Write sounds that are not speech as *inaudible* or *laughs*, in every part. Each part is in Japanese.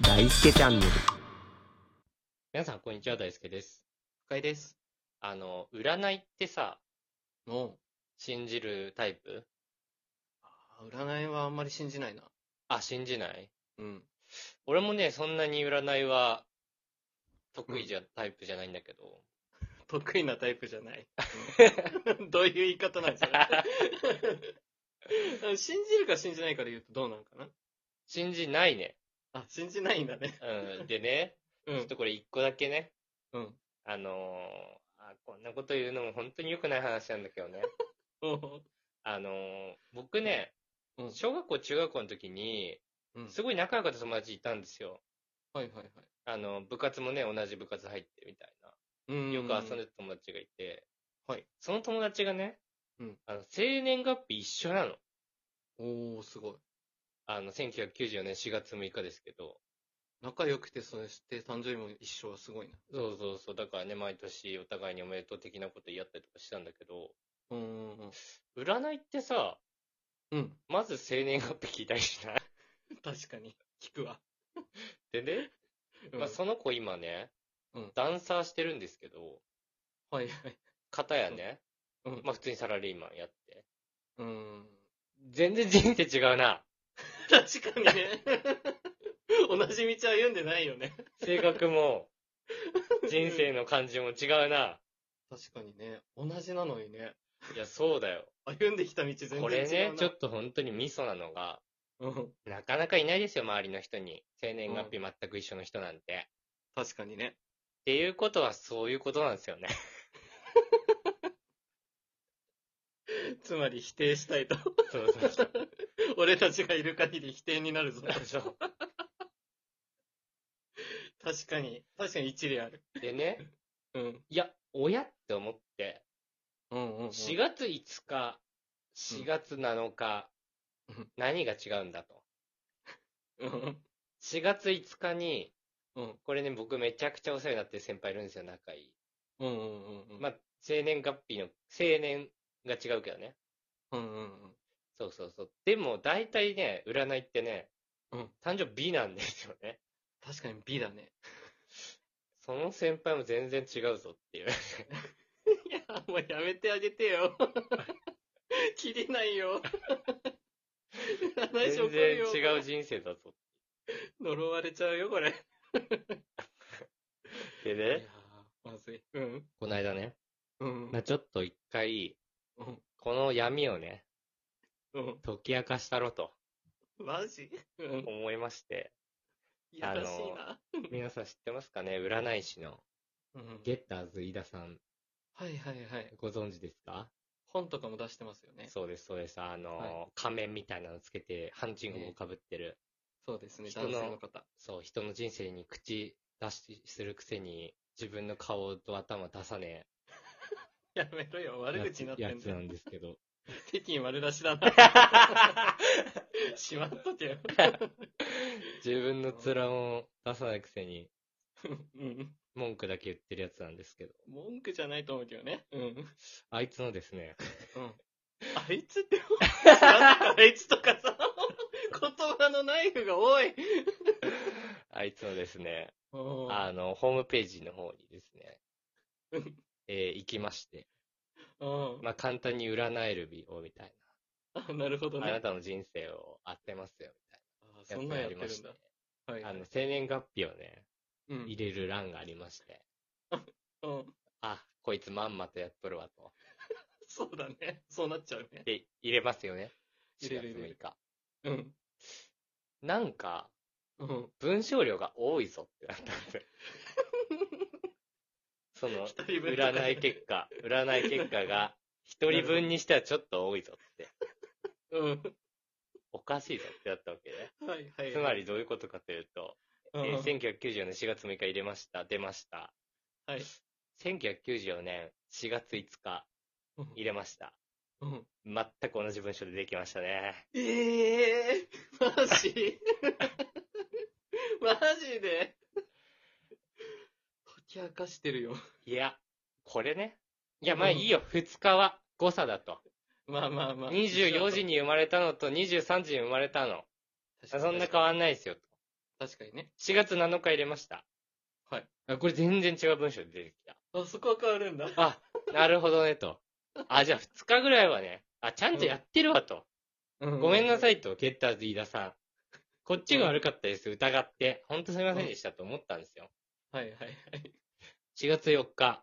大輔チャンネル。皆さん、こんにちは。大輔です。深井です。あの、占いってさ、の、信じるタイプあー占いはあんまり信じないな。 *laughs* あ、信じないうん。俺もね、そんなに占いは、得意じゃ、タイプじゃないんだけ *laughs* ど。得意なタイプじゃない。 *laughs* どういう言い方なんですか *laughs* 信じるか信じないかで言うとどうなのかな信じないね。あ、信じないんだね。 *laughs* うん。でね、うちょっん。とこれ一個だけね、うん。あのーあ、こんなこと言うのも本当に良くない話なんだけど *laughs* ね。おあのー僕ね、うん小学校、中学校の時に、うん。すごい仲良かった友達いたんですよ。はいはいはあの、部活もね、同じ部活入ってみたいな。い。うんよく遊んでた友達がいて、はいその友達がね、うんあの生年月日一緒なの。おー、すごい。あの、1994年4月6日ですけど、仲良くて、そして誕生日も一緒はすごいな。そうそうそう、だからね、毎年お互いにおめでとう的なこと言い合ったりとかしたんだけど、うんうんうん。占いってさ、 *laughs* うん。まず生年月日聞いたりし *laughs* ない確かに。聞くわ。でね、うんまあ、その子今ね、うんダンサーしてるんですけど、はい *laughs* はい。片やね、うんまあ普通にサラリーマンやって。うん。全然人生違うな。確かにね。 *laughs* 同じ道歩んでないよね。性格 *laughs* も、人生の感じも違うな。確かにね、同じなのにね、いや、そうだよ。歩んできた道全然違うこな。れね、ちょっと本当にミソなのが、うん、なかなかいないですよ、周りの人に。生年月日全く一緒の人なんて。っ確かにね。 *laughs* ていうことはそういうことなんですよね。つまり否定したいと。そうそうそう。俺たちがいる限り否定になるぞ。 *laughs* そ確かに、確かに一理ある。 *laughs* うでね、うん。いや、親って思って、うんうん、うん。 4月5日、4月7日うん、何が違うんだと。うん。 4月5日に、うん。これね、僕めちゃくちゃお世話になってる先輩いるんですよ、仲いい。うんうんうんうん。まあ、生年月日の、生年が違うけどね。うんうんうん。そうそうそう。でも、大体ね、占いってね、うん誕生日美なんですよね。確かに美だね。 *laughs* その先輩も全然違うぞっていう。いや、もうやめてあげてよ。 *laughs* 切れないよ。 *laughs* 全話然怒るよ。違う人生だぞ呪われちゃうよ、これ。っていやーね。まずい。うん。この間ね、うん。まあ、ちょっと一回、うん。この闇をね、うん。解き明かしたろとマジうん。思いまして、いやらしいな。皆さん知ってますかね占い師のうんゲッターズ飯田さん、はいはいはい。ご存知ですか本とかも出してますよね。そうです、そうです。あの、は仮面みたいなのつけて、ハンチングもかぶってる。そうですね、人の男性の方。そう、人の人生に口出しするくせに、自分の顔と頭出さね *laughs* やめろよ、え悪や口つになってやんつだなよ。んですけど。北京丸出しだ *laughs* な。しまっとけよ。自分の面を出さないくせに、 *laughs* うん。文句だけ言ってるやつなんですけど。文句じゃないと思うけどね。うん。うん。あいつのですね、あいつって、なんかあいつとかさ、言葉のナイフが多い。あいつのですね、うんあの、ホームページの方にですねうん、えー行きまして、うんまあ、簡単に占える日をみたいあなるほどな、あなね。たの人生を当てますよ、あみたいそな。んなんやっりてまるしんてだ。、はい。あの、生年月日をね、うん入れる欄がありまして、うん。あ、こいつまんまとやっとるわと。そうだね。そうなっちゃうね。で、入れますよね。4入れ月る入れ6日。るうん。なんか、うん。文章量が多いぞってなったんですよ。 *laughs* その、一人分とかね *laughs* 占い結果、占い結果が、一人分にしてはちょっと多いぞって、うん。おかしいぞってなったわけね。はいはい。つまりどういうことかというと、うん、えー1994年4月6日入れました、出ました。はい。 1994年4月5日入れました。うん、全く同じ文章でできましたね。ええー、マジ *laughs* マジで解き明かしてるよ。いや、これね。いや、まあいいよ、2日は誤差だと。まあまあまあ。 24時に生まれたのと23時に生まれたの。確かに、そんな変わんないですよ。確かにね。 4月7日入れました。はいあ。これ全然違う文章で出てき *laughs* た。あ、そこは変わるんだ。。あ、なるほどね、と。あ、じゃあ2日ぐらいはね、あ、ちゃんとやってるわ、と。ごめんないさいと、ゲッターズ飯田さん。こっちが悪かったです、疑って。ほんとすみませんでしたと思ったんですよ。はいはいはい。 4月4日、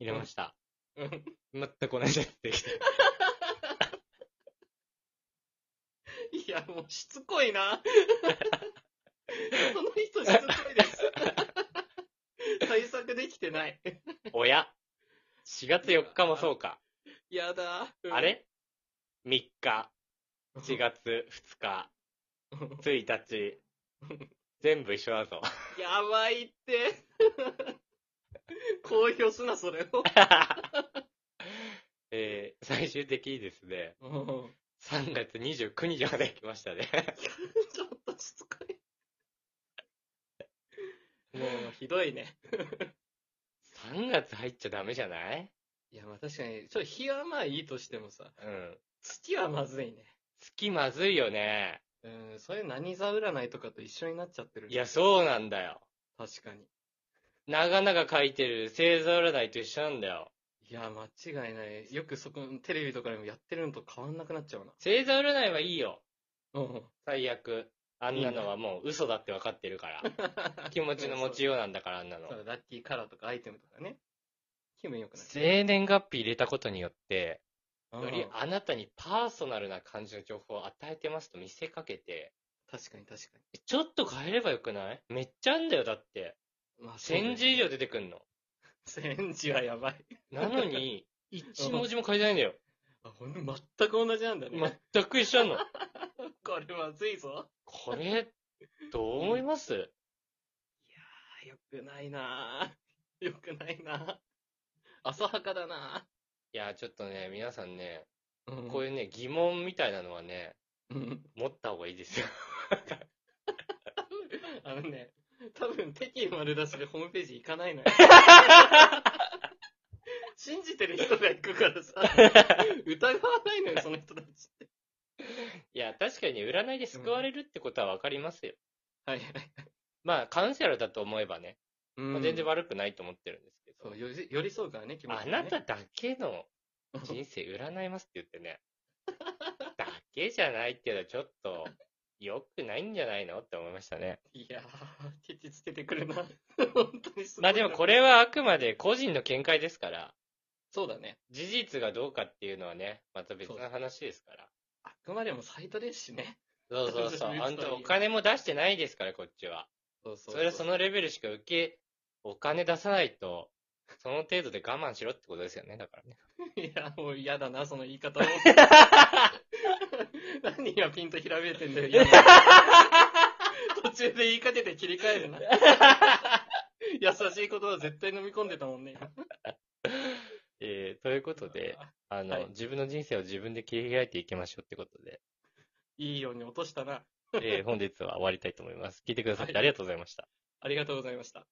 入れました。うん全く同じやつできた。いや、もうしつこい *laughs* な。この人しつこいです。対策できてない。おや ?4 月4日もそうか。やだ。うんあれ ?3 日、4や月2日、1日、全部一緒だぞ。 *laughs* ばいって。公表すな、それを。えー、最終的にですね、うん3月29日まで来ましたね。 *laughs* ちょっとしつこい。 *laughs* もう、ひどいね。 3月入っちゃダメじゃないいや、まあ確かに、ちょっと日はまあいいとしてもさ、うん。月はまずいね。月まずいよね。うん、そういう何座占いとかと一緒になっちゃってる。いや、、そうなんだよ。確かに。長々書いてる星座占いと一緒なんだよ。いや、間違いない。よくそこ、テレビとかでもやってるのと変わんなくなっちゃうな。星座占いはいいよ。 *laughs* うん。最悪。あんなのはもう嘘だって分かってるから。気持ちの持ちようなんだから、あんなのそ。う、ラッキーカラーとかアイテムとかね。気分良くな生年月日入れたことによって、る。よりあなたにパーソナルな感じの情報を与えてますと見せかけて、確かに確かちょっと変えればよくないめっちゃあんだよ、だって。に。まあ、 1000字以上出てくんの。千字はやばい。なのに、1文字も変えてないんだよ。あ、ほんと全く同じなんだね。全く一緒なの。これまずいぞ。これ、どう思います、あよくないなぁ。よくないなぁ。浅はかだないや、ちょっとね、皆さんね、ぁ。こういいうね、疑問みたいなのはね、うん。持った方がいいですよ。あのね、多分、北京丸出しでホームページ行かないの *laughs* よ。信じてる人が行くからさ、疑わないのよ、その人たちって。いや、確かにね占いで救われるってことはわかりますよ。はいはい。まあ、カウンセラーだと思えばね、まあ全然悪悪くないと思ってるんですけそど、う、寄り寄り添うからね、気持ちあがねなただけの人生占いますって言ってね、だけじゃないっていうのはちょっと、良くないんじゃないのって思いましたね。いやー、ケチつけてくるな。 *laughs* 本当にすごい。まあでもこれ。れはあくまで個人の見解ですから、そうだね。事実がどうかっていうのはね、また別の話ですから。あくまでもサイトですしね。そうそう *laughs* そう。そうあんたお金も出してないですから、こっちは。そうそうそれはその、のレベルしか受け、お金出さないと、その程度で我慢しろってことですよね、だから *laughs* ね。いや、もう嫌だな、その言い方 *laughs* を。何がピンとひらめいてんだよ、嫌だ *laughs* 途中で言いかけて切り替え *laughs* るな。優しい言葉絶対飲み込んでたもんね。えー、ということで、あの、はい自分の人生を自分で切り開いていきましょうってことで、いいように落としたな。 *laughs* えー、本日は終わりたいと思います。聞いてくださってはありがとうございました。ありがとうございました。